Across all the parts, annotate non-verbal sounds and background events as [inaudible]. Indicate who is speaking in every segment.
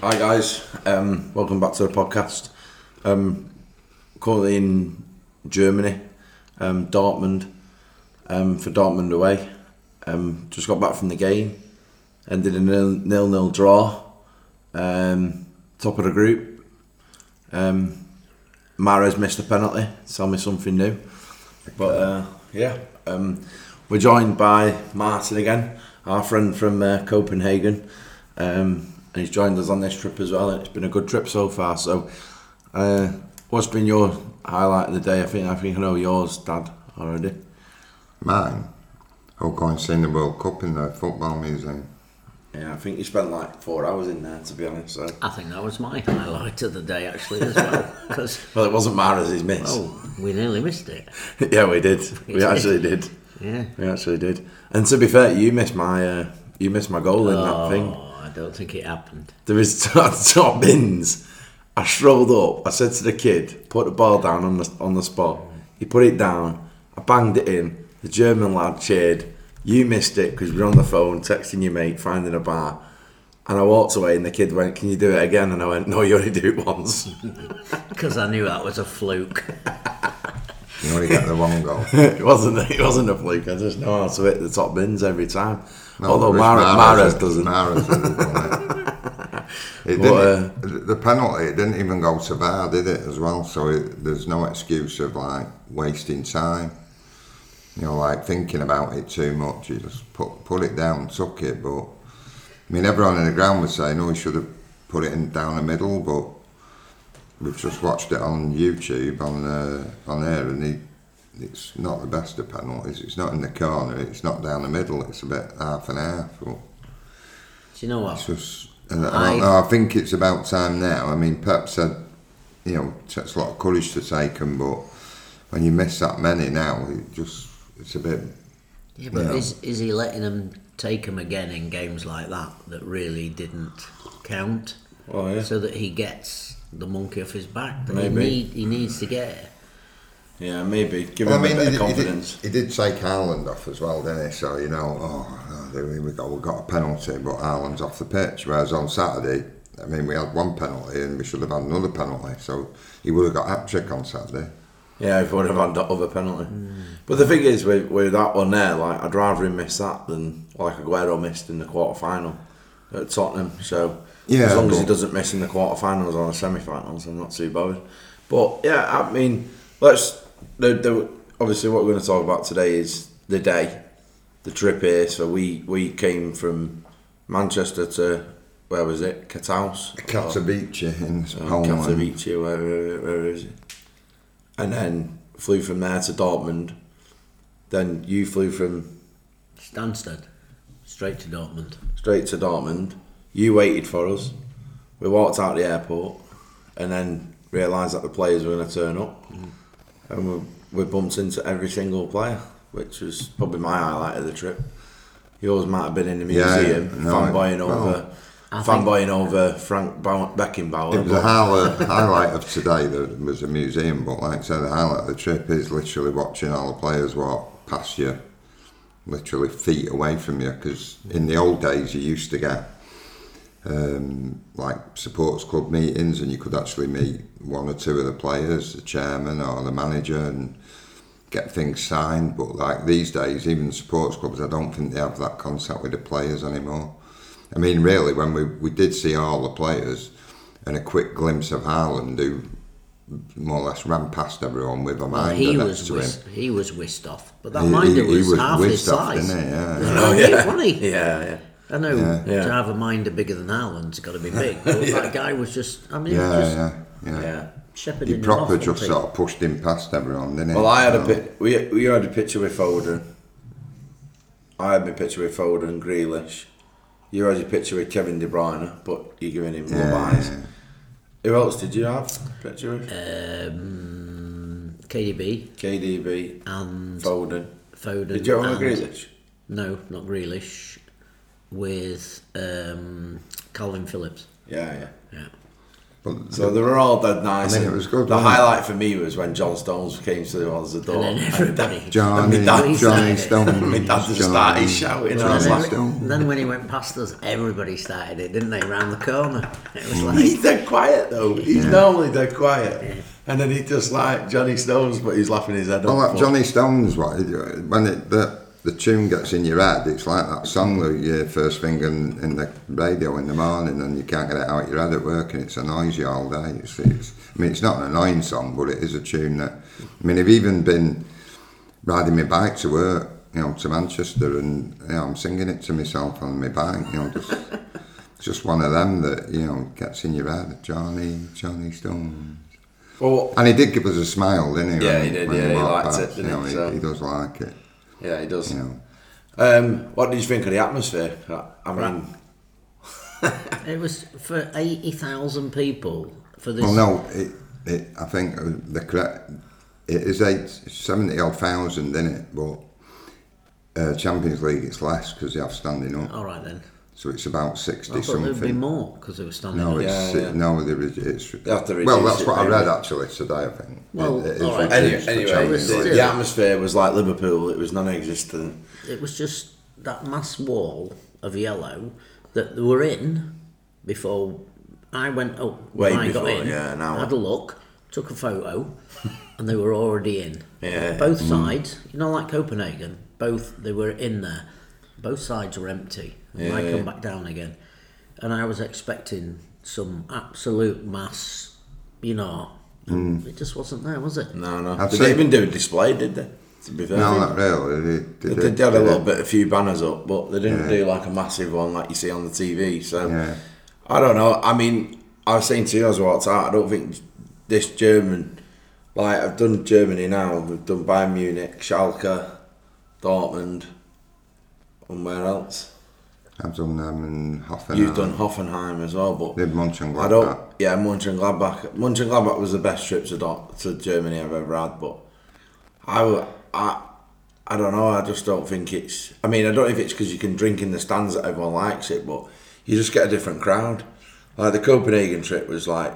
Speaker 1: Hi guys, um, welcome back to the podcast. Um, currently in Germany, um, Dortmund, um, for Dortmund away. Um, just got back from the game, ended in a nil nil, nil draw. Um, top of the group. Um, Mares missed a penalty. Tell me something new. But uh, yeah, um, we're joined by Martin again, our friend from uh, Copenhagen, um, and he's joined us on this trip as well. It's been a good trip so far. So, uh, what's been your highlight of the day? I think I think I know yours, Dad, already.
Speaker 2: Mine? Oh, going and seeing the World Cup in the Football Museum.
Speaker 1: Yeah, I think you spent like four hours in there, to be honest. So.
Speaker 3: I think that was my highlight of the day actually as well because
Speaker 1: Well, it wasn't Mares he's missed.
Speaker 3: oh we nearly missed it
Speaker 1: [laughs] yeah, we did. We
Speaker 3: did.
Speaker 1: actually did.
Speaker 3: yeah
Speaker 1: We actually did. And to be fair, you missed my uh, you missed my goal in that thing.
Speaker 3: oh I don't think it happened
Speaker 1: There [laughs] was top bins. I strolled up. I said to the kid, "Put the ball down on the on the spot." He put it down. I banged it in. The German lad cheered. You missed it because we were on the phone texting your mate, finding a bar. And I walked away, and the kid went, "Can you do it again?" And I went, "No, you only do it once." [laughs]
Speaker 3: because I knew that was a fluke [laughs]
Speaker 2: You only get the one goal.
Speaker 1: it wasn't. It wasn't a fluke. I just know how to hit the top bins every time. [laughs] Although
Speaker 2: Chris
Speaker 1: Mares, Mares
Speaker 2: had-
Speaker 1: doesn't.
Speaker 2: Mahrez had done it. It
Speaker 1: But,
Speaker 2: didn't, the penalty it didn't even go to VAR, did it, as well? So it, there's no excuse of like wasting time. You know, like thinking about it too much. You just put put it down, took it. But I mean, everyone in the ground was saying, "Oh, he should have put it in down the middle," but we've just watched it on YouTube on uh, on there, and he, it's not the best of penalties. It's not in the corner. It's not down the middle. It's about half and half. But
Speaker 3: do you know
Speaker 2: it's
Speaker 3: what
Speaker 2: just, uh, I, don't
Speaker 3: I-
Speaker 2: know, I think it's about time now. I mean, Pep said, you know, it takes a lot of courage to take them, but when you miss that many now, it just it's a bit.
Speaker 3: yeah but
Speaker 2: Yeah.
Speaker 3: is is he letting them take him again in games like that that really didn't count
Speaker 1: Oh, yeah.
Speaker 3: so that he gets the monkey off his back that he
Speaker 1: Maybe.
Speaker 3: need he needs to get
Speaker 1: Yeah, maybe give
Speaker 2: Well,
Speaker 1: him a bit of
Speaker 2: he, did,
Speaker 1: confidence.
Speaker 2: he did take Ireland off as well, didn't he? So you know, oh, oh here we go, we got a penalty, but Ireland's off the pitch. Whereas on Saturday, I mean, we had one penalty and we should have had another penalty, so he would have got hat trick on Saturday.
Speaker 1: Yeah, if we would have had that other penalty. But the thing is, with, with that one there, like I'd rather him miss that than like Aguero missed in the quarter final at Tottenham. So
Speaker 2: Yeah,
Speaker 1: as long as he
Speaker 2: but-
Speaker 1: doesn't miss in the quarter finals or the semi finals, I'm not too bothered. But yeah, I mean, let's. The, the, obviously, what we're going to talk about today is the day, the trip here. So we we came from Manchester to where was it? Cataus.
Speaker 2: Katowice in Poland.
Speaker 1: Katowice, where, where, where is it? And then flew from there to Dortmund. Then you flew from
Speaker 3: Stansted straight to Dortmund
Speaker 1: straight to Dortmund. You waited for us. We walked out the airport and then realised that the players were going to turn up.
Speaker 2: Mm.
Speaker 1: And we, we bumped into every single player, which was probably my highlight of the trip. Yours might have been in the
Speaker 2: Yeah,
Speaker 1: museum,
Speaker 2: no,
Speaker 1: fanboying
Speaker 2: well,
Speaker 1: over,
Speaker 3: I think-
Speaker 1: fanboying over Frank Bau- Beckenbauer.
Speaker 2: It was a highlight, [laughs] highlight of today that was a museum, but like I said, the highlight of the trip is literally watching all the players walk past you, literally feet away from you, because in the old days you used to get um, like supporters club meetings and you could actually meet one or two of the players, the chairman or the manager, and get things signed. But like these days, even sports clubs, I don't think they have that contact with the players anymore. I mean, really, when we, we did see all the players and a quick glimpse of Haaland, who more or less ran past everyone with a
Speaker 3: Well,
Speaker 2: minder
Speaker 3: he
Speaker 2: next
Speaker 3: was
Speaker 2: to him.
Speaker 3: whisked, he was whisked off but that
Speaker 2: He- he-
Speaker 3: minder
Speaker 2: he
Speaker 3: was,
Speaker 2: was
Speaker 3: half his
Speaker 2: whisked off,
Speaker 3: size
Speaker 2: didn't he? Yeah.
Speaker 1: Oh,
Speaker 3: Wasn't he?
Speaker 1: [laughs] yeah.
Speaker 3: Wasn't he?
Speaker 1: yeah, yeah.
Speaker 3: I know
Speaker 1: Yeah.
Speaker 3: to have a minder bigger than Haaland's got
Speaker 2: [laughs]
Speaker 3: to be big, but that guy was just, I mean, he was
Speaker 2: Yeah,
Speaker 3: just
Speaker 2: yeah, yeah.
Speaker 1: Yeah.
Speaker 3: shepherding
Speaker 2: He
Speaker 3: him
Speaker 2: proper
Speaker 3: off,
Speaker 2: just
Speaker 3: wasn't he?
Speaker 2: sort of pushed him past everyone, didn't he?
Speaker 1: Well, I had a
Speaker 2: So-
Speaker 1: pi- we we had a picture with Foden. I had my picture with Foden, Grealish. You had your picture with Kevin De Bruyne, but you're giving him love eyes. Who else did you have a picture with?
Speaker 3: Uh, Um, KDB
Speaker 1: KDB,
Speaker 3: and
Speaker 1: Foden.
Speaker 3: Foden.
Speaker 1: Did you have one
Speaker 3: and,
Speaker 1: with Grealish?
Speaker 3: No, not Grealish. With um, Calvin Phillips.
Speaker 1: Yeah, yeah.
Speaker 3: Yeah.
Speaker 2: But
Speaker 1: So they were all dead nice.
Speaker 2: I mean, it
Speaker 1: and
Speaker 2: was good,
Speaker 1: The
Speaker 2: wasn't it?
Speaker 1: highlight for me was when John Stones came to us the door.
Speaker 3: And then everybody.
Speaker 2: Johnny,
Speaker 3: [laughs]
Speaker 1: My dad-
Speaker 2: Johnny
Speaker 1: [laughs]
Speaker 2: Stone.
Speaker 1: My dad just started shouting, and I was
Speaker 2: Johnny
Speaker 1: like-
Speaker 2: Stone.
Speaker 3: Then when he went past us, everybody started it, didn't they? Round the corner. It was like,
Speaker 1: [laughs]
Speaker 2: Mm.
Speaker 1: He's dead quiet though. He's normally dead quiet, and then he just like Johnny Stones, but he's laughing his head
Speaker 2: Well,
Speaker 1: off.
Speaker 2: like Johnny Stone's what when it, the the tune gets in your head, it's like that song that you hear first thing in, in the radio in the morning, and you can't get it out your head at work, and it's annoys you all day. It's, it's, I mean, it's not an annoying song, but it is a tune that. I mean, I've even been riding my bike to work, you know, to Manchester, and you know, I'm singing it to myself on my bike, you know, just. [laughs] it's Just one of them that you know gets in your head, Johnny, Johnny Stone.
Speaker 1: Well,
Speaker 2: And he did give us a smile, didn't he?
Speaker 1: Yeah,
Speaker 2: when-
Speaker 1: he did,
Speaker 2: when
Speaker 1: yeah, he
Speaker 2: walked
Speaker 1: liked
Speaker 2: past,
Speaker 1: it, didn't
Speaker 2: you know,
Speaker 1: he?
Speaker 2: he,
Speaker 1: So-
Speaker 2: he does like it.
Speaker 1: yeah, he does.
Speaker 2: You know,
Speaker 1: Um, what did you think of the atmosphere? I- I mean,
Speaker 3: it was for 80,000 people for this.
Speaker 2: well, Oh, no, it, it, I think uh, the correct it is eight seventy odd thousand in it, but uh, Champions League it's less because they have standing up,
Speaker 1: Oh.
Speaker 3: All right then.
Speaker 2: so it's about
Speaker 3: I
Speaker 2: sixty
Speaker 3: thought there'd be
Speaker 2: something.
Speaker 3: more because they were standing
Speaker 2: No,
Speaker 3: up.
Speaker 2: it's
Speaker 1: Yeah, yeah.
Speaker 2: no, there is. It's,
Speaker 1: have to
Speaker 2: well,
Speaker 1: reduce
Speaker 2: that's
Speaker 1: it,
Speaker 2: what I
Speaker 1: don't
Speaker 2: read
Speaker 1: they?
Speaker 2: actually today. I think.
Speaker 3: Well,
Speaker 2: it, it is
Speaker 3: all right.
Speaker 2: reduced
Speaker 1: any,
Speaker 2: for
Speaker 1: anyway,
Speaker 2: Champions
Speaker 3: was
Speaker 1: the,
Speaker 2: League.
Speaker 1: the atmosphere was like Liverpool. It was non-existent.
Speaker 3: It was just that mass wall of yellow that they were in before I went up.
Speaker 1: Way
Speaker 3: I got
Speaker 1: before,
Speaker 3: in,
Speaker 1: yeah, an hour.
Speaker 3: had a look, took
Speaker 1: [laughs]
Speaker 3: a photo, and they were already in.
Speaker 1: Yeah. Mm.
Speaker 3: Both sides, you know, like Copenhagen, both they were in there. Both sides were empty. And I
Speaker 1: Yeah.
Speaker 3: come back down again, and I was expecting some absolute mass, you know. and It just wasn't there, was it?
Speaker 1: Mm. No, no.
Speaker 2: I'd
Speaker 1: did
Speaker 2: say-
Speaker 1: they even do a display? Did they? To be fair,
Speaker 2: No, not really. They,
Speaker 1: they,
Speaker 2: they,
Speaker 1: did, they had a
Speaker 2: they-
Speaker 1: little bit, a few banners up, but they didn't
Speaker 2: Yeah.
Speaker 1: do like a massive one like you see on the TV. So
Speaker 2: Yeah.
Speaker 1: I don't know. I mean, I was saying to you as I walked out, I don't think this German, like I've done Germany now, we've done Bayern Munich, Schalke, Dortmund, and where else?
Speaker 2: I've done them in Hoffenheim.
Speaker 1: You've done Hoffenheim as well, but
Speaker 2: They've Munchen
Speaker 1: I don't. Yeah, Mönchengladbach. Mönchengladbach was the best trip to Dort, to Germany I've ever had, but I, w- I, I don't know. I just don't think it's. I mean, I don't know if it's because you can drink in the stands that everyone likes it, but you just get a different crowd. Like the Copenhagen trip was like,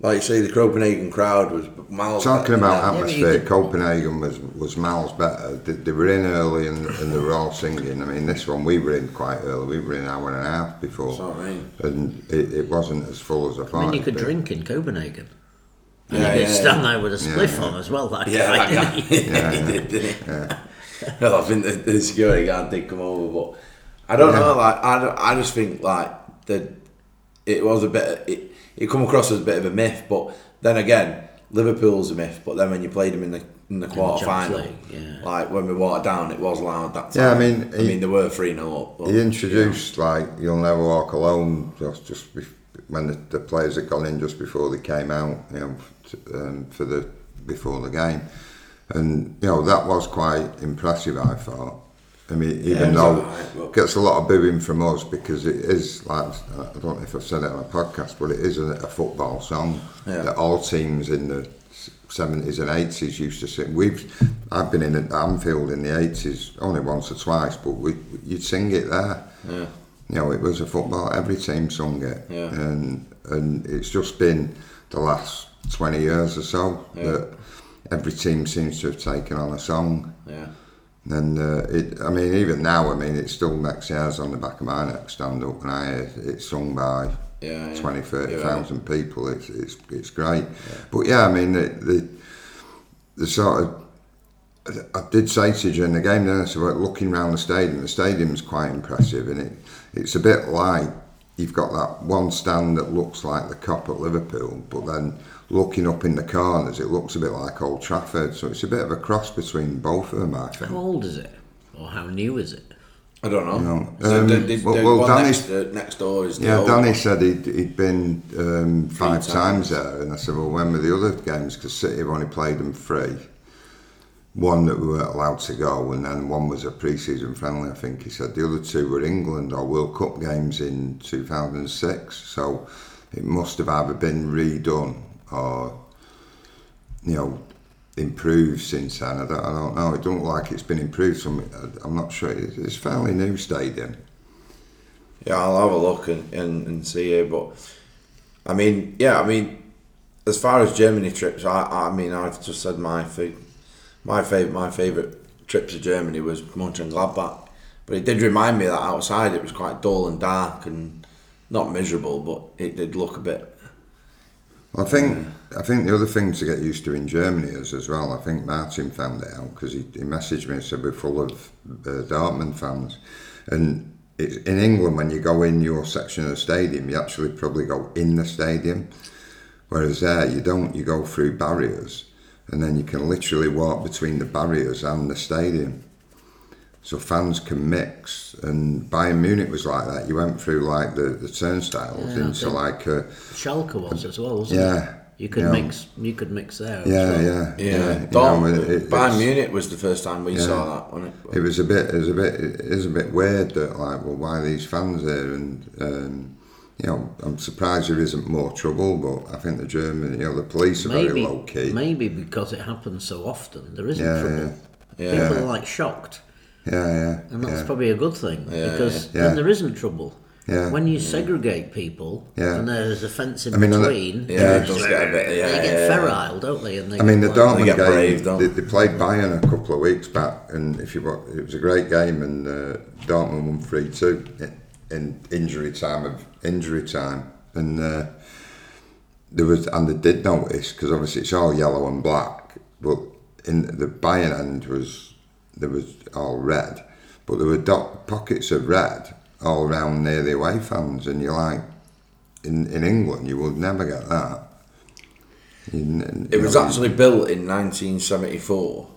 Speaker 1: like you say, the Copenhagen crowd was miles. better than
Speaker 2: Talking about
Speaker 1: that.
Speaker 3: but you
Speaker 2: atmosphere,
Speaker 3: could-
Speaker 2: Copenhagen was, was miles better. They, they were in early and, and they were all singing. I mean, this one we were in quite early. We were in an hour and a half before,
Speaker 1: That's what I mean.
Speaker 2: and it, it wasn't as full as I thought.
Speaker 3: I mean, you could
Speaker 2: it'd be.
Speaker 3: drink in Copenhagen. And
Speaker 1: Yeah,
Speaker 3: you
Speaker 1: yeah,
Speaker 3: could stand there with a spliff
Speaker 2: yeah.
Speaker 3: on as well. That [laughs]
Speaker 1: Yeah,
Speaker 3: guy,
Speaker 1: that guy.
Speaker 3: didn't he?
Speaker 1: He did, didn't he? no, I think the, the security guard did come over, but I don't know. Like, I, don't- I just think like the it was a bit. It, it come across as a bit of a myth, but then again, Liverpool's a myth. But then when you played them in the in the quarter final,
Speaker 3: League, yeah.
Speaker 1: like when we watered down, it was loud that time.
Speaker 2: Yeah, I mean,
Speaker 1: I
Speaker 2: he-
Speaker 1: mean, there were three 0 up. But,
Speaker 2: He introduced like "You'll Never Walk Alone" just just bef when the, the players had gone in just before they came out, you know, t- um, for the before the game, and you know that was quite impressive. I thought. I mean, even
Speaker 1: it was
Speaker 2: though
Speaker 1: alright, but-
Speaker 2: gets a lot of booing from us because it is like I don't know if I've said it on a podcast, but it is a, a football song
Speaker 1: Yeah.
Speaker 2: that all teams in the seventies and eighties used to sing. We've I've been in at Anfield in the eighties only once or twice, but we you'd sing it there. Yeah. You know, it was a football. Every team sung it,
Speaker 1: Yeah.
Speaker 2: and and it's just been the last twenty years or so that every team seems to have taken on a song.
Speaker 1: yeah.
Speaker 2: And uh, it, I mean, even now, I mean, it still makes hairs on the back of my neck stand up, and I hear it's sung by
Speaker 1: Yeah, yeah.
Speaker 2: 20, 30,000 people. It's it's it's great.
Speaker 1: Yeah.
Speaker 2: But yeah, I mean, the, the the sort of I did say to you during the game, then I said, well, looking round the stadium, the stadium's quite impressive, and it it's a bit like you've got that one stand that looks like the cop at Liverpool, but then looking up in the corners, it looks a bit like Old Trafford. So it's a bit of a cross between both of them, I think.
Speaker 3: [laughs] How old is it? Or how new is it?
Speaker 1: I don't know.
Speaker 2: No.
Speaker 1: So
Speaker 2: Um,
Speaker 1: the, the,
Speaker 2: well-
Speaker 1: the
Speaker 2: well,
Speaker 1: one
Speaker 2: Danny's-
Speaker 1: next, uh, next door is the
Speaker 2: Yeah,
Speaker 1: old-
Speaker 2: Danny said he'd, he'd been um, five
Speaker 1: times.
Speaker 2: times. there, and I said, "Well, when were the other games? Because City have only played them three. One that we weren't allowed to go, and then one was a pre-season friendly. I think he said the other two were England or World Cup games in 2006. So it must have either been redone or you know improved since then. I don't, I don't know. It don't look like it's been improved. So I'm- I'm not sure. It's it's a fairly new stadium.
Speaker 1: Yeah, I'll have a look and, and, and see it. But I mean, yeah, I mean, as far as Germany trips, I, I mean, I've just said my fa- my favorite my favorite trip to Germany was Mönchengladbach, but it did remind me that outside it was quite dull and dark and not miserable, but it did look a bit.
Speaker 2: I think I think the other thing to get used to in Germany is as well. I think Martin found it out because he, he messaged me and said we're full of uh, Dortmund fans, and it's, in England when you go in your section of the stadium, you actually probably go in the stadium, whereas there you don't. You go through barriers, and then you can literally walk between the barriers and the stadium. So fans can mix, and Bayern Munich was like that. You went through like the, the turnstiles
Speaker 3: Yeah, I
Speaker 2: into
Speaker 3: think-
Speaker 2: like a
Speaker 3: Schalke was as well, wasn't it?
Speaker 2: yeah.
Speaker 3: You could
Speaker 2: yeah.
Speaker 3: mix. You could mix there. as
Speaker 2: Yeah,
Speaker 3: well.
Speaker 2: yeah, yeah. You
Speaker 1: Dortmund,
Speaker 2: know, it- it-
Speaker 1: Bayern
Speaker 2: it's-
Speaker 1: Munich was the first time we saw that, wasn't it?
Speaker 2: It was a bit, it was a bit, it is a bit weird that like, well, why are these fans here? And um, you know, I'm surprised there isn't more trouble. But I think the German, you know, the police are very
Speaker 3: Maybe,
Speaker 2: low key.
Speaker 3: maybe because it happens so often, there isn't
Speaker 2: Yeah,
Speaker 3: trouble.
Speaker 1: Yeah.
Speaker 3: People are like shocked,
Speaker 2: Yeah, yeah,
Speaker 3: and that's
Speaker 2: yeah.
Speaker 3: probably a good thing because
Speaker 2: yeah.
Speaker 3: then
Speaker 2: Yeah.
Speaker 3: there isn't trouble.
Speaker 2: Yeah. Mm.
Speaker 3: When you segregate people
Speaker 2: Yeah.
Speaker 3: and there's a fence in
Speaker 2: I mean, I know-
Speaker 3: between,
Speaker 1: Yeah,
Speaker 3: they
Speaker 1: it does get a bit- yeah,
Speaker 3: they get
Speaker 1: yeah, yeah.
Speaker 3: ferile, don't they? And they
Speaker 2: I mean, the
Speaker 3: like,
Speaker 2: Dortmund
Speaker 1: get
Speaker 2: game,
Speaker 1: brave, don't
Speaker 2: they,
Speaker 1: they?
Speaker 2: they played Bayern a couple of weeks back, and if you wa- it was a great game, and uh, Dortmund won three two in injury time of injury time, and uh, there was and they did notice because obviously it's all yellow and black, but in the Bayern end was there was all red, but there were dot pockets of red all round near the away fans, and you're like, in in England you would never get that. You n-
Speaker 1: It
Speaker 2: you
Speaker 1: was
Speaker 2: know,
Speaker 1: actually built in 1974.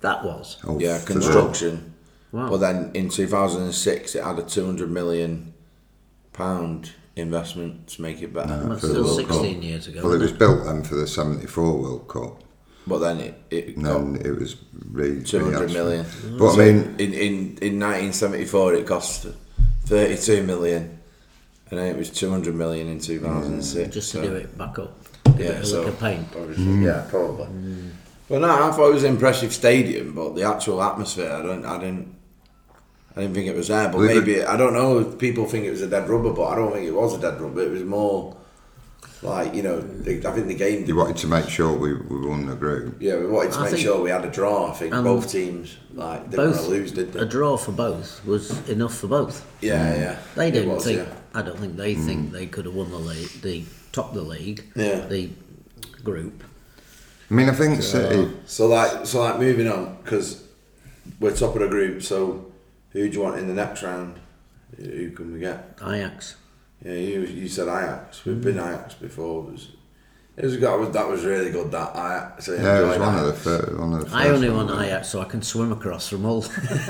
Speaker 3: that was
Speaker 2: Oh,
Speaker 1: Yeah,
Speaker 2: fuck.
Speaker 1: construction.
Speaker 3: Wow.
Speaker 1: But then in 2006, it had a 200 million pound investment to make it better.
Speaker 3: that's
Speaker 2: for the
Speaker 3: still
Speaker 2: World
Speaker 3: sixteen
Speaker 2: Cup.
Speaker 3: years ago.
Speaker 2: Well, it was
Speaker 3: wasn't
Speaker 2: built then for the 74 World Cup,
Speaker 1: But then it, it
Speaker 2: and
Speaker 1: got
Speaker 2: then
Speaker 3: Oh.
Speaker 2: it was re-
Speaker 1: 200
Speaker 2: re-
Speaker 1: million.
Speaker 2: But I mean,
Speaker 1: In, in, in 1974, it cost 32 million. And then it was 200 million in 2006.
Speaker 3: it? Mm. Just to
Speaker 1: so-
Speaker 3: do it back up, give it a
Speaker 1: so-
Speaker 3: lick of paint.
Speaker 1: Obviously,
Speaker 2: Mm.
Speaker 1: Yeah, probably. Well, no, I thought it was an impressive stadium, but the actual atmosphere, I don't, I didn't, I didn't think it was there. But
Speaker 2: Well, it-
Speaker 1: maybe I don't know if people think it was a dead rubber, but I don't think it was a dead rubber. It was more like you know, the- I think the game.
Speaker 2: they wanted to make sure we, we won the group.
Speaker 1: yeah, we wanted to
Speaker 3: I
Speaker 1: make
Speaker 3: think-
Speaker 1: sure we had a draw. I think
Speaker 3: Um,
Speaker 1: both teams like didn't want
Speaker 3: Both
Speaker 1: to lose, did they?
Speaker 3: a draw for both was enough for both.
Speaker 1: yeah, yeah.
Speaker 3: They
Speaker 1: It
Speaker 3: didn't
Speaker 1: was,
Speaker 3: think.
Speaker 1: yeah. Mm.
Speaker 3: I don't think they think they could have won the league, the top of the league,
Speaker 1: Yeah.
Speaker 3: the group.
Speaker 2: I mean, I think City,
Speaker 1: So like, so like, moving on because we're top of the group. So who do you want in the next round? Who can we get?
Speaker 3: Ajax.
Speaker 1: Yeah, you you said Ajax. We've been Ajax before. It was, it was that was that was really good. That Ajax. I
Speaker 2: yeah, it was
Speaker 1: enjoyed
Speaker 2: one of the
Speaker 1: Ajax.
Speaker 2: first. One of the first
Speaker 3: I only
Speaker 2: ones.
Speaker 3: want
Speaker 2: [laughs]
Speaker 3: Ajax so I can swim across from all. [laughs]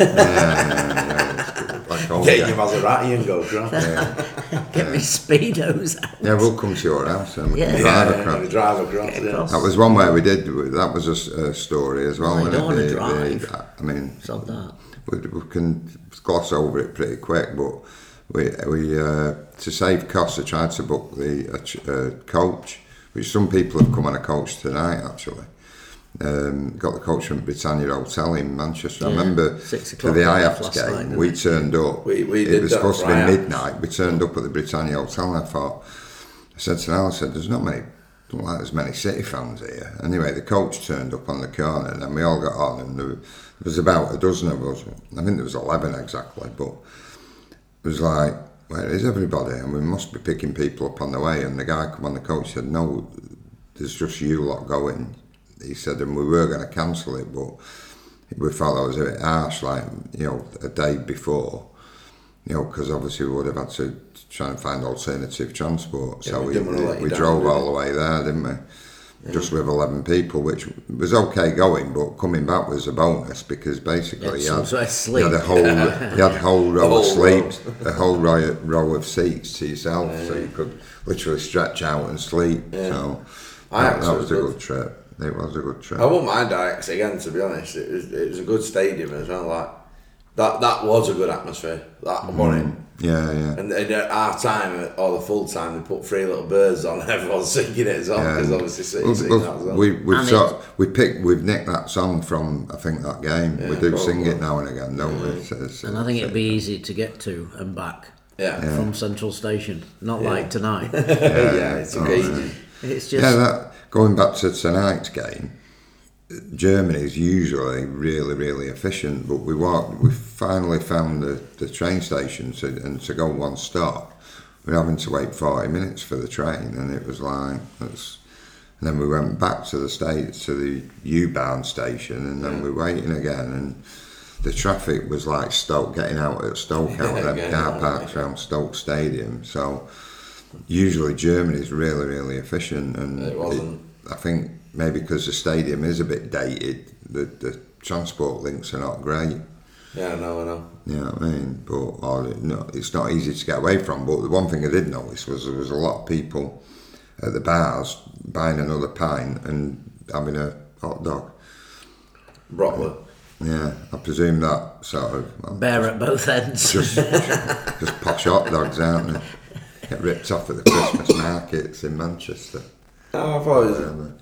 Speaker 2: Like, oh,
Speaker 1: Take your
Speaker 2: yeah.
Speaker 1: Maserati and go across. yeah,
Speaker 3: Get me speedos out.
Speaker 2: yeah, we'll come to your house and we
Speaker 3: Yeah.
Speaker 1: [laughs]
Speaker 2: can
Speaker 1: yeah,
Speaker 2: drive
Speaker 1: yeah,
Speaker 2: across.
Speaker 1: we drive across.
Speaker 3: Get
Speaker 1: yeah.
Speaker 3: across.
Speaker 2: That was one way we did. That was a s- a, story as well.
Speaker 3: No, you
Speaker 2: wasn't
Speaker 3: don't
Speaker 2: it?
Speaker 3: wanna
Speaker 2: The- the-
Speaker 3: drive.
Speaker 2: I mean,
Speaker 3: Stop that.
Speaker 2: we, we can gloss over it pretty quick, but we, we uh, to save costs, I tried to book the a ch- a coach, which some people have come on a coach tonight actually. Um, got the coach from Britannia Hotel in Manchester. I
Speaker 3: Yeah,
Speaker 2: remember
Speaker 3: six
Speaker 2: for
Speaker 3: o'clock
Speaker 2: the
Speaker 3: we left
Speaker 2: IAPS
Speaker 3: last night,
Speaker 2: game,
Speaker 3: didn't
Speaker 2: we
Speaker 3: we?
Speaker 2: turned up.
Speaker 1: We- we
Speaker 2: it
Speaker 1: did
Speaker 2: was
Speaker 1: that
Speaker 2: supposed to
Speaker 1: for
Speaker 2: be
Speaker 1: IAPS.
Speaker 2: midnight. We turned up at the Britannia Hotel and I thought, I said to Al, I said, there's not many, don't like there's many City fans here. Anyway, the coach turned up on the corner and then we all got on and there there was about a dozen of us. I think there was 11 exactly, but it was like, where is everybody? And we must be picking people up on the way. And the guy come on the coach said, no, there's just you lot going. He said, and we were going to cancel it, but we felt that was a bit harsh, like, you know, a day before. You know, because obviously we would have had to try and find alternative transport.
Speaker 1: Yeah,
Speaker 2: so
Speaker 1: we
Speaker 2: we,
Speaker 1: didn't wanna let
Speaker 2: we,
Speaker 1: you down,
Speaker 2: drove
Speaker 1: did we?
Speaker 2: all the way there, didn't we? Just with 11 people, which was okay going, but coming back was a bonus because
Speaker 3: Yeah,
Speaker 2: basically you
Speaker 3: some
Speaker 2: had,
Speaker 3: sort of
Speaker 2: you had
Speaker 1: [laughs]
Speaker 2: a
Speaker 3: sleep.
Speaker 2: whole, you had a whole row
Speaker 1: whole
Speaker 2: of sleeps, a whole row, row of seats to yourself, so you could literally stretch out and sleep. So that,
Speaker 1: Ajax
Speaker 2: that
Speaker 1: was
Speaker 2: was a
Speaker 1: good.
Speaker 2: good trip. It was a good trip.
Speaker 1: I wouldn't mind Ajax again. To be honest, it was it was a good stadium as well. Like that that was a good atmosphere. That
Speaker 2: Mm.
Speaker 1: won it.
Speaker 2: Yeah, yeah.
Speaker 1: And then at half time or the full time, they put three little birds on. [laughs] Everyone's singing it as well because
Speaker 2: Yeah.
Speaker 1: obviously City
Speaker 2: Well,
Speaker 1: sing
Speaker 2: well,
Speaker 1: that as well.
Speaker 2: We we've
Speaker 3: And
Speaker 2: sort of- we picked we've nicked that song from I think that game. we do
Speaker 1: probably.
Speaker 2: sing it now and again, don't we? It's- it's-
Speaker 3: And I think it'd be easy to get to and back.
Speaker 1: Yeah. [laughs] Yeah.
Speaker 3: from Central Station. Not like
Speaker 1: [laughs]
Speaker 3: tonight.
Speaker 1: it's
Speaker 2: oh,
Speaker 1: amazing.
Speaker 3: it's just
Speaker 2: Yeah, that, going back to tonight's game, Germany is usually really, really efficient, but we walked, we finally found the, the train station to, and to go one stop, we're having to wait 40 minutes for the train, and it was like, that's, and then we went back to the state to the U-bound station, and then we're waiting again, and the traffic was like Stoke getting out at Stoke out of
Speaker 1: Yeah,
Speaker 2: them car
Speaker 1: yeah.
Speaker 2: parks around Stoke Stadium, so usually Germany's really, really efficient, and
Speaker 1: It wasn't.
Speaker 2: I think maybe because the stadium is a bit dated, the, the transport links are not great.
Speaker 1: Yeah, I know, I know.
Speaker 2: You know what I mean? But or, no, it's not easy to get away from. But the one thing I did notice was there was a lot of people at the bars buying another pint and having a hot dog.
Speaker 1: Brotler.
Speaker 2: Yeah, I presume that sort of well,
Speaker 3: bare at both ends.
Speaker 2: just [laughs] just posh hot dogs, aren't they? Get ripped off at the Christmas markets in Manchester.
Speaker 1: No, I thought it was.
Speaker 2: Um,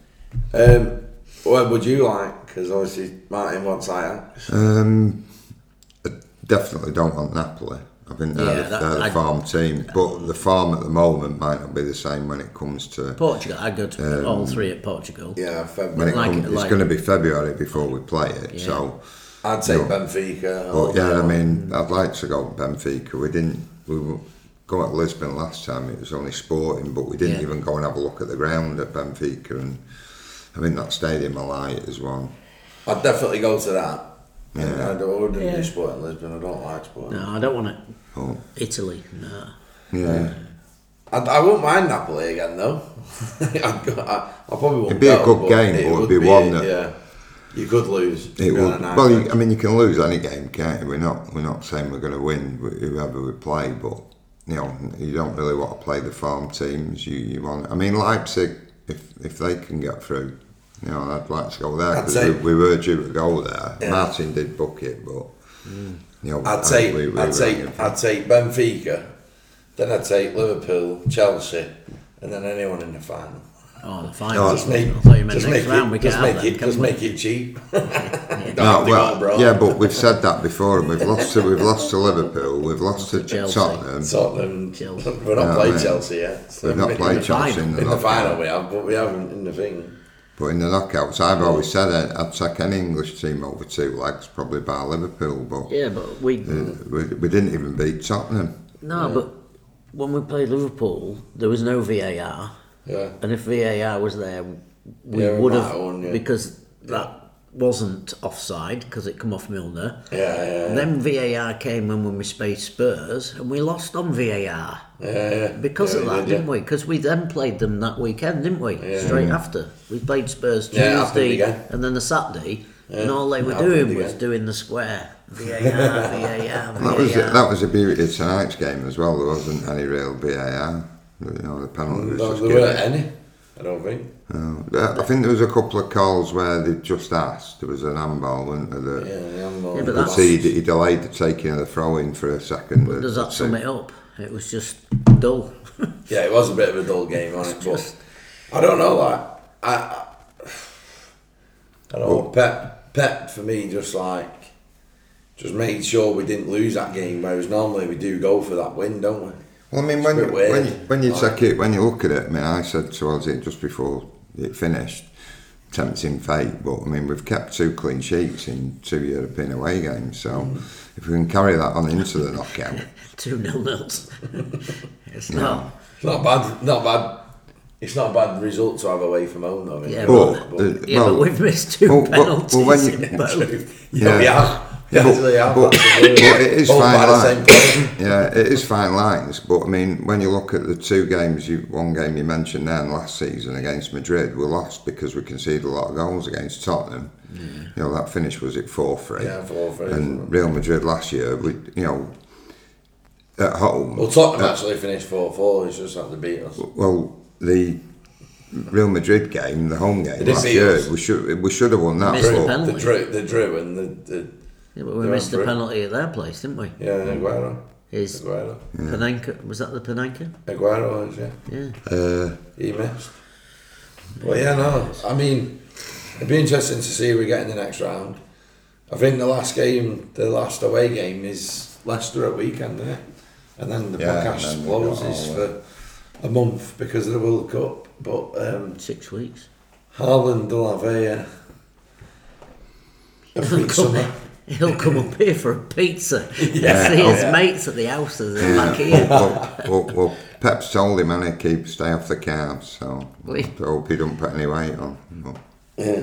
Speaker 1: Um, what would you like? Because obviously Martin wants Ajax.
Speaker 2: Um, I definitely don't want Napoli. I think they're,
Speaker 3: Yeah,
Speaker 2: the,
Speaker 3: that-
Speaker 2: they're the
Speaker 3: I-
Speaker 2: farm team, but the farm at the moment might not be the same when it comes to
Speaker 3: [laughs] Portugal. I'd go to all three at Portugal.
Speaker 1: Um, Yeah,
Speaker 2: when
Speaker 1: February.
Speaker 2: it
Speaker 3: Like-
Speaker 2: comes. It's
Speaker 3: like-
Speaker 2: going to be February before we play it. So,
Speaker 1: I'd say Benfica.
Speaker 2: but yeah, I
Speaker 3: mm.
Speaker 2: mean, I'd like to go with Benfica. We didn't. We were, go at Lisbon last time. It was only Sporting, but we didn't
Speaker 3: Yeah.
Speaker 2: even go and have a look at the ground at Benfica. And I mean, that stadium I like as well.
Speaker 1: I'd definitely go to that. Yeah. I, don't, I wouldn't
Speaker 3: Yeah.
Speaker 1: do sport in Lisbon. I don't like sport.
Speaker 3: No, I don't want it.
Speaker 2: But
Speaker 3: Italy. No.
Speaker 2: yeah,
Speaker 1: I, I wouldn't mind Napoli again though. [laughs] I'd go, I, I probably wouldn't
Speaker 2: It'd be a
Speaker 1: go,
Speaker 2: good
Speaker 1: but
Speaker 2: game,
Speaker 1: it
Speaker 2: but it'd
Speaker 1: would
Speaker 2: be one that-
Speaker 1: Yeah, you could lose.
Speaker 2: It
Speaker 1: You'd be
Speaker 2: will.
Speaker 1: on a nice
Speaker 2: Well,
Speaker 1: edge.
Speaker 2: you, I mean, you can lose any game, can't you? We're not. We're not saying we're going to win wh- whoever we play, but you know, you don't really want to play the farm teams. You, you want. I mean, Leipzig, if if they can get through, you know, I'd like to go there
Speaker 1: I'd
Speaker 2: because
Speaker 1: say-
Speaker 2: we, we were due to go there.
Speaker 1: Yeah. Mm.
Speaker 2: Martin did book it, but you know, I
Speaker 1: I'd
Speaker 2: think
Speaker 1: take,
Speaker 2: we- we were
Speaker 1: I'd take,
Speaker 2: hanging for-
Speaker 1: I'd take Benfica, then I'd take Liverpool, Chelsea, and then anyone in the final.
Speaker 3: Oh, the finals.
Speaker 1: Just make,
Speaker 3: I thought you meant
Speaker 1: just
Speaker 3: next
Speaker 1: make
Speaker 3: round. We
Speaker 1: it,
Speaker 3: get
Speaker 1: just
Speaker 3: out
Speaker 1: make
Speaker 3: then,
Speaker 1: it,
Speaker 3: can
Speaker 1: just
Speaker 3: we?
Speaker 1: make it cheap. Don't
Speaker 2: No,
Speaker 1: have to
Speaker 2: well,
Speaker 1: go, bro.
Speaker 2: yeah, but we've said that before, and we've lost to we've lost to Liverpool, we've lost to
Speaker 3: Chelsea.
Speaker 2: Tottenham,
Speaker 1: Tottenham, [laughs]
Speaker 3: Chelsea.
Speaker 1: we're not
Speaker 2: No,
Speaker 1: playing
Speaker 2: mate.
Speaker 1: Chelsea yet. So
Speaker 2: we've not played
Speaker 3: the
Speaker 2: Chelsea
Speaker 3: final.
Speaker 2: in the,
Speaker 1: in the
Speaker 2: knockout.
Speaker 1: final. We have, but we haven't in the thing.
Speaker 2: But in the knockouts, I've always said it, I'd take any English team over two legs, probably by Liverpool, but
Speaker 3: Yeah, but we
Speaker 2: uh, we, we didn't even beat Tottenham.
Speaker 3: no, but when we played Liverpool, there was no VAR,
Speaker 1: Yeah.
Speaker 3: and if VAR was there, we
Speaker 1: Yeah, we
Speaker 3: would
Speaker 1: might
Speaker 3: have
Speaker 1: have won, yeah.
Speaker 3: because that wasn't offside because it come off Milner.
Speaker 1: Yeah, yeah, yeah.
Speaker 3: Then VAR came and when we played Spurs, and we lost on VAR
Speaker 1: yeah, yeah.
Speaker 3: because
Speaker 1: yeah,
Speaker 3: of
Speaker 1: we
Speaker 3: that,
Speaker 1: did, yeah.
Speaker 3: didn't we? Because we then played them that weekend, didn't we? Straight after we played Spurs
Speaker 1: Mm. Yeah, happened
Speaker 3: Tuesday
Speaker 1: again.
Speaker 3: and then the Saturday, and all they were
Speaker 1: happened
Speaker 3: doing was
Speaker 1: again.
Speaker 3: doing the square. VAR, [laughs] VAR,
Speaker 2: That was
Speaker 3: VAR.
Speaker 2: that was the beauty of tonight's game as well. There wasn't any real VAR. You know, the penalty was
Speaker 1: No,
Speaker 2: just
Speaker 1: there weren't
Speaker 2: given.
Speaker 1: any. I don't think.
Speaker 2: Uh, I think there was a couple of calls where they just asked. There was an handball, wasn't there? That
Speaker 1: Yeah, I'm not.
Speaker 3: Yeah,
Speaker 2: you
Speaker 3: but
Speaker 2: could
Speaker 3: that's-
Speaker 2: see he, he delayed the taking of the throw in for a second.
Speaker 3: Does that
Speaker 2: That's
Speaker 3: sum
Speaker 2: it.
Speaker 3: it up? It was just dull. [laughs]
Speaker 1: Yeah, it was a bit of a dull game on it, but I don't know. Like, I, I, I don't know. Pep, Pep for me, just like, just made sure we didn't lose that game. Whereas normally we do go for that win, don't we?
Speaker 2: Well, I mean,
Speaker 1: It's
Speaker 2: when
Speaker 1: a
Speaker 2: you,
Speaker 1: bit weird.
Speaker 2: when you, when you
Speaker 1: Like-
Speaker 2: take it, when you look at it, I mean, I said towards it just before it finished, tempting fate. But I mean, we've kept two clean sheets in two European away games, so
Speaker 1: Mm.
Speaker 2: if we can carry that on into the knockout,
Speaker 3: Two nil nils. [laughs] it's not.
Speaker 1: It's not bad. Not bad. It's not a bad result to have away from home, though.
Speaker 3: Yeah,
Speaker 2: But,
Speaker 1: but,
Speaker 2: uh,
Speaker 3: Yeah,
Speaker 2: well,
Speaker 3: but we've missed two
Speaker 2: well, well,
Speaker 3: penalties.
Speaker 2: well, when you- [laughs]
Speaker 3: in both.
Speaker 1: yeah, we have.
Speaker 2: Yeah,
Speaker 1: [laughs] [laughs] Yeah,
Speaker 2: but-
Speaker 1: we have.
Speaker 2: but-
Speaker 1: absolutely.
Speaker 2: but it is
Speaker 1: Both
Speaker 2: fine
Speaker 1: by the same
Speaker 2: line.
Speaker 1: player.
Speaker 2: [laughs] yeah, it is fine lines. But I mean, when you look at the two games, you one game you mentioned then last season against Madrid, we lost because we conceded a lot of goals against Tottenham. You know that finish was it four three.
Speaker 1: Yeah, 4-3, wasn't
Speaker 2: And Real Madrid last year, we you know at home.
Speaker 1: Well, Tottenham actually finished four four. It's just had to beat us.
Speaker 2: Well, the Real Madrid game, the home game
Speaker 1: did
Speaker 2: last
Speaker 1: beat
Speaker 2: year,
Speaker 1: us.
Speaker 2: we should we should have won that.
Speaker 3: Missed the
Speaker 2: but-
Speaker 3: penalty.
Speaker 1: The drew, the drew, and the, the
Speaker 3: Yeah, but we
Speaker 1: They're
Speaker 3: missed
Speaker 1: on
Speaker 3: the
Speaker 1: break.
Speaker 3: penalty at their place, didn't we?
Speaker 1: yeah, Aguero,
Speaker 3: Is
Speaker 1: Aguero,
Speaker 3: Penenka was that the Penenka?
Speaker 1: Aguero was yeah.
Speaker 3: Yeah.
Speaker 2: uh,
Speaker 1: He missed. Well, yeah, no. I mean, it'd be interesting to see who we get in the next round. I think the last game, the last away game, is Leicester at weekend, isn't it? and then the
Speaker 2: Yeah, and
Speaker 1: podcast
Speaker 2: then we got
Speaker 1: closes
Speaker 2: all
Speaker 1: for a month because of the World Cup. But um,
Speaker 3: Six weeks.
Speaker 1: Haaland will have a, uh, a free summer.
Speaker 3: He'll come up here for a
Speaker 2: [laughs]
Speaker 3: pizza.
Speaker 1: Yeah.
Speaker 3: See his
Speaker 1: Yeah.
Speaker 3: mates at the house as they're back
Speaker 2: well,
Speaker 3: here.
Speaker 2: well, well, well, Pep's told him, and he keep stay off the carbs, so I
Speaker 3: Really?
Speaker 2: hope he don't put any weight on. But,
Speaker 1: Yeah.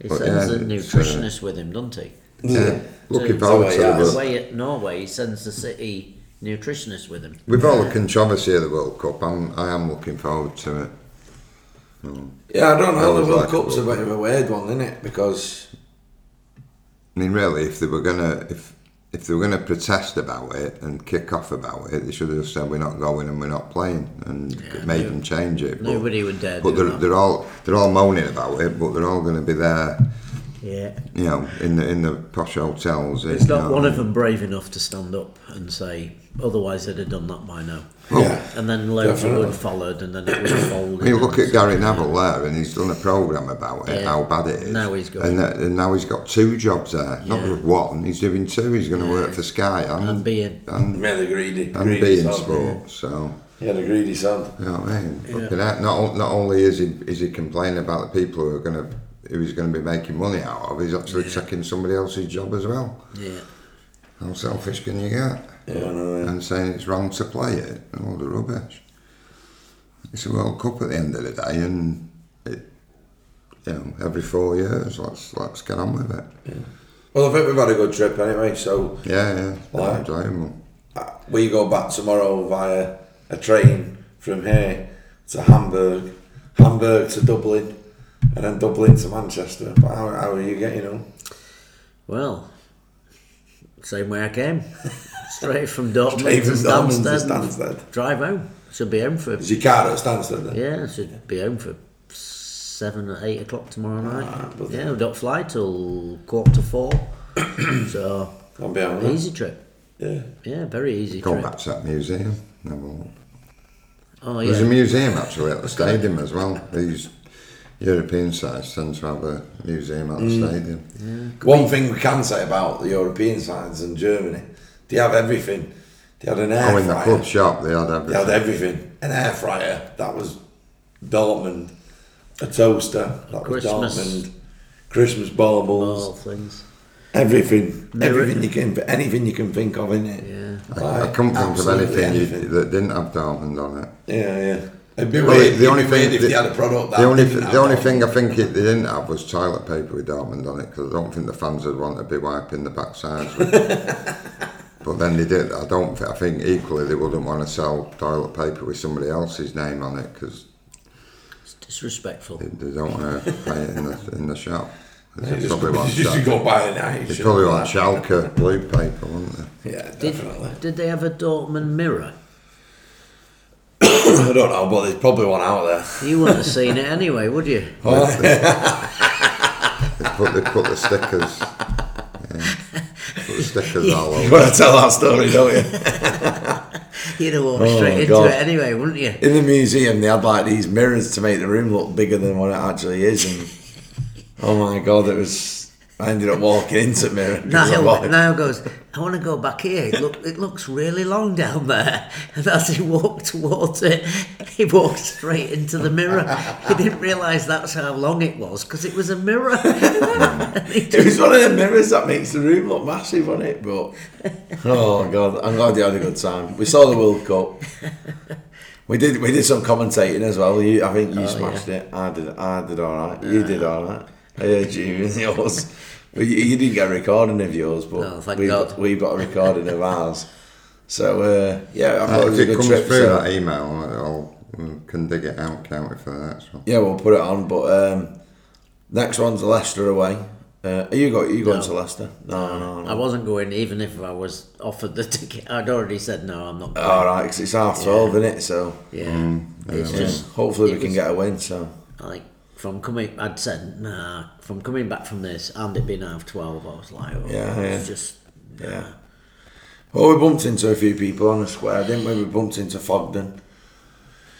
Speaker 3: He
Speaker 2: But
Speaker 3: sends
Speaker 2: yeah,
Speaker 3: a
Speaker 2: it's, uh,
Speaker 3: nutritionist with him, doesn't he?
Speaker 2: yeah, looking
Speaker 3: To-
Speaker 2: forward
Speaker 1: to
Speaker 2: to
Speaker 1: it,
Speaker 2: the
Speaker 1: yeah.
Speaker 2: World
Speaker 3: Away at Norway, he sends the city nutritionist with him.
Speaker 2: With all the controversy of the World Cup, I'm, I am looking forward to it.
Speaker 1: Yeah, I don't know. The
Speaker 2: Sounds
Speaker 1: World
Speaker 2: like a
Speaker 1: Cup's a
Speaker 2: World
Speaker 1: bit of a weird one, isn't it? Because
Speaker 2: I mean, really, if they were gonna if if they were gonna protest about it and kick off about it, they should have just said we're not going and we're not playing and made them change it. But,
Speaker 3: Nobody would dare
Speaker 2: but
Speaker 3: do
Speaker 2: they're,
Speaker 3: that.
Speaker 2: they're all they're all moaning about it, but they're all going to be there,
Speaker 3: Yeah.
Speaker 2: you know, in the in the posh hotels.
Speaker 3: There's not one of them brave enough to stand up and say, otherwise they'd have done that by now.
Speaker 1: yeah,
Speaker 3: And then loads of
Speaker 1: Definitely.
Speaker 3: wood followed and then it was folded.
Speaker 2: I mean, look
Speaker 3: and-
Speaker 2: at Gary Neville there, and he's done a programme about it,
Speaker 3: Yeah.
Speaker 2: how bad it is.
Speaker 3: Now he's got-
Speaker 2: and, that- and now he's got two jobs there, not
Speaker 3: Yeah.
Speaker 2: just one. He's doing two. He's going to work for Sky and
Speaker 3: And being.
Speaker 2: and,
Speaker 1: he had a greedy,
Speaker 2: and
Speaker 1: greedy
Speaker 2: being
Speaker 1: son.
Speaker 2: sports. So
Speaker 1: He had a greedy son.
Speaker 2: you know what I mean. Fucking hell, Not on- not only is he is he complaining about the people who are going to who he's going to be making money out of, he's actually taking somebody else's job as well.
Speaker 3: Yeah.
Speaker 2: How selfish can you get?
Speaker 1: Yeah, I know. Yeah.
Speaker 2: and saying it's wrong to play it and all the rubbish. It's a World Cup at the end of the day, and it, you know, every four years, let's let's get on with it.
Speaker 1: Well, I think we've had a good trip anyway, so
Speaker 2: Yeah, yeah,
Speaker 1: Right.
Speaker 2: enjoyable.
Speaker 1: uh, we go back tomorrow via a train from here to Hamburg, Hamburg to Dublin, and then Dublin to Manchester. But how, how are you getting on?
Speaker 3: Well, same way I came.
Speaker 2: [laughs]
Speaker 3: Straight from Dortmund
Speaker 1: Straight from
Speaker 3: to
Speaker 1: Dortmund to
Speaker 3: Stansted.
Speaker 1: Stansted.
Speaker 3: Drive home. Should be home for
Speaker 1: Is your car at Stansted then?
Speaker 3: yeah. Should be home for seven or eight o'clock tomorrow night.
Speaker 1: Ah, bloody
Speaker 3: yeah, we don't fly till quarter
Speaker 1: [coughs]
Speaker 3: to four. so
Speaker 1: Can't be having it.
Speaker 3: easy trip.
Speaker 1: Yeah.
Speaker 3: Yeah, very easy
Speaker 2: Go
Speaker 3: trip.
Speaker 2: back to that museum. Have a look.
Speaker 3: Oh
Speaker 2: There's a
Speaker 3: yeah.
Speaker 2: museum actually at the stadium as well. These European sides tend to have a museum at the
Speaker 1: Mm.
Speaker 2: stadium.
Speaker 1: One thing we can say about the European sides and Germany, they have everything. They had an air
Speaker 2: Oh, in the
Speaker 1: fryer.
Speaker 2: club shop, they had
Speaker 1: They had
Speaker 2: everything.
Speaker 1: everything. An air fryer, that was Dortmund. A toaster, that
Speaker 3: Christmas. Oh.
Speaker 1: was Dortmund. Christmas baubles.
Speaker 3: All things.
Speaker 1: Everything,
Speaker 3: Mirror-
Speaker 1: everything you can, anything you can think of in it.
Speaker 3: Yeah.
Speaker 2: I, I couldn't think of anything, You,
Speaker 1: anything.
Speaker 2: that didn't have Dortmund on it.
Speaker 1: Yeah, yeah. It'd be
Speaker 2: Well,
Speaker 1: weird.
Speaker 2: the only thing
Speaker 1: if
Speaker 2: the,
Speaker 1: they had a product. That
Speaker 2: the only
Speaker 1: didn't have
Speaker 2: the only
Speaker 1: that.
Speaker 2: thing I think it, they didn't have was toilet paper with Dortmund on it because I don't think the fans would want to be wiping the backsides. With.
Speaker 1: [laughs]
Speaker 2: but then they did. I don't. thi- I think equally they wouldn't want to sell toilet paper with somebody else's name on it because
Speaker 3: It's disrespectful.
Speaker 2: they, they don't want to play it in the in the shop.
Speaker 1: [laughs] You
Speaker 2: They
Speaker 1: just,
Speaker 2: probably want
Speaker 1: you just
Speaker 2: Schal-
Speaker 1: go buy an ice.
Speaker 2: they probably want Schalke blue paper, wouldn't they?
Speaker 1: Yeah,
Speaker 3: Did,
Speaker 1: definitely. [laughs]
Speaker 3: did they have a Dortmund mirror?
Speaker 1: I don't know, but there's probably one out there. [laughs]
Speaker 3: You wouldn't have seen it anyway, would you?
Speaker 1: Oh,
Speaker 2: They put they put the stickers. Yeah, put the stickers
Speaker 1: [laughs]
Speaker 2: all
Speaker 1: You
Speaker 2: over.
Speaker 1: want to tell that story, don't
Speaker 2: [laughs]
Speaker 1: you?
Speaker 3: You'd have walked
Speaker 1: Oh,
Speaker 3: straight into
Speaker 1: God.
Speaker 3: it anyway, wouldn't you?
Speaker 1: In the museum, they had like these mirrors to make the room look bigger than what it actually is, and oh my god, it was. I ended up walking into the mirror. 'cause I
Speaker 3: Niall,
Speaker 1: walked-
Speaker 3: Niall goes, I want to go back here. It, look, it looks really long down there. [laughs] And as he walked towards it, he walked straight into the mirror. He didn't realise that's how long it was because it was a mirror. [laughs] And
Speaker 1: [laughs]
Speaker 3: he
Speaker 1: It
Speaker 3: just-
Speaker 1: was one of the mirrors that makes the room look massive on it, but [laughs] oh god, I'm glad you had a good time. We saw the World Cup. We did we did some commentating as well. You, I think you smashed it. I did I did all right. You did all right. I heard you in yours. But you, you didn't get a recording of yours, but
Speaker 3: No, thank
Speaker 1: we've,
Speaker 3: God.
Speaker 1: we've got a recording of ours. So uh, yeah, I thought it
Speaker 2: If
Speaker 1: was a
Speaker 2: it
Speaker 1: good
Speaker 2: comes
Speaker 1: trip.
Speaker 2: through
Speaker 1: so-
Speaker 2: that email, I'll, I'll can dig it out, can't we, for the next one?
Speaker 1: yeah, we'll put it on. But um, next one's Leicester away. Uh, are you go you going
Speaker 3: No.
Speaker 1: to Leicester? No, no, no.
Speaker 3: I wasn't going, even if I was offered the ticket. I'd already said, no, I'm not going.
Speaker 1: All right, 'cause it's half twelve, isn't it? So
Speaker 3: yeah.
Speaker 1: Mm.
Speaker 3: it's just,
Speaker 1: hopefully
Speaker 3: it
Speaker 1: we can
Speaker 3: was-
Speaker 1: get a win. So
Speaker 3: like, from coming, I'd said, nah, from coming back from this and it being half 12, I was like, oh,
Speaker 1: Yeah,
Speaker 3: it's
Speaker 1: yeah.
Speaker 3: just,
Speaker 1: yeah. Well, we bumped into a few people on the square, didn't we? We bumped into Fogden [coughs]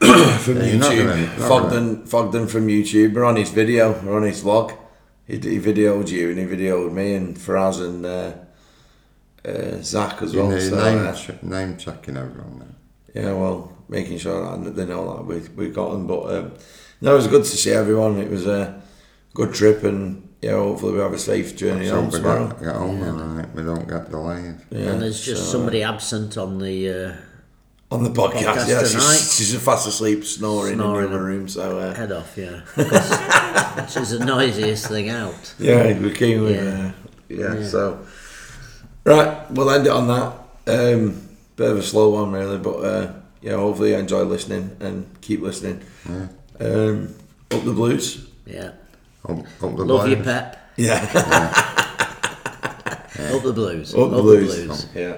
Speaker 1: from
Speaker 2: Yeah, you're not
Speaker 1: YouTube.
Speaker 2: gonna- not
Speaker 1: Fogden, Fogden from YouTube. We're on his video. We're on his vlog. He, he videoed you and he videoed me and Faraz and uh, uh, Zach as
Speaker 2: You
Speaker 1: well.
Speaker 2: know,
Speaker 1: so,
Speaker 2: name,
Speaker 1: uh,
Speaker 2: che- name checking everyone now.
Speaker 1: yeah, well, making sure that they know that we we got them. But um, no, it was good to see everyone. It was a good trip, and yeah, hopefully we have a safe journey
Speaker 2: So
Speaker 1: home
Speaker 2: we
Speaker 1: tomorrow.
Speaker 2: got, get on all right, we don't get delayed.
Speaker 1: Yeah,
Speaker 3: and there's just
Speaker 1: so, uh,
Speaker 3: somebody absent on the. Uh,
Speaker 1: on the podcast.
Speaker 3: podcast
Speaker 1: yeah,
Speaker 3: tonight.
Speaker 1: she's, she's fast asleep, snoring,
Speaker 3: Snoring.
Speaker 1: in the other room. So uh,
Speaker 3: head off, yeah. [laughs] 'Cause She's the noisiest thing out.
Speaker 1: yeah, we came with yeah. Uh, yeah, So right, we'll end it on that. Um, bit of a slow one, really, but uh, yeah, hopefully you enjoy listening and keep listening. Um, up the blues.
Speaker 3: Yeah.
Speaker 2: Up, up the
Speaker 3: Love
Speaker 1: [laughs]
Speaker 3: you,
Speaker 2: boys.
Speaker 3: Pep.
Speaker 1: Yeah,
Speaker 3: Up the blues.
Speaker 1: up the blues. Yeah.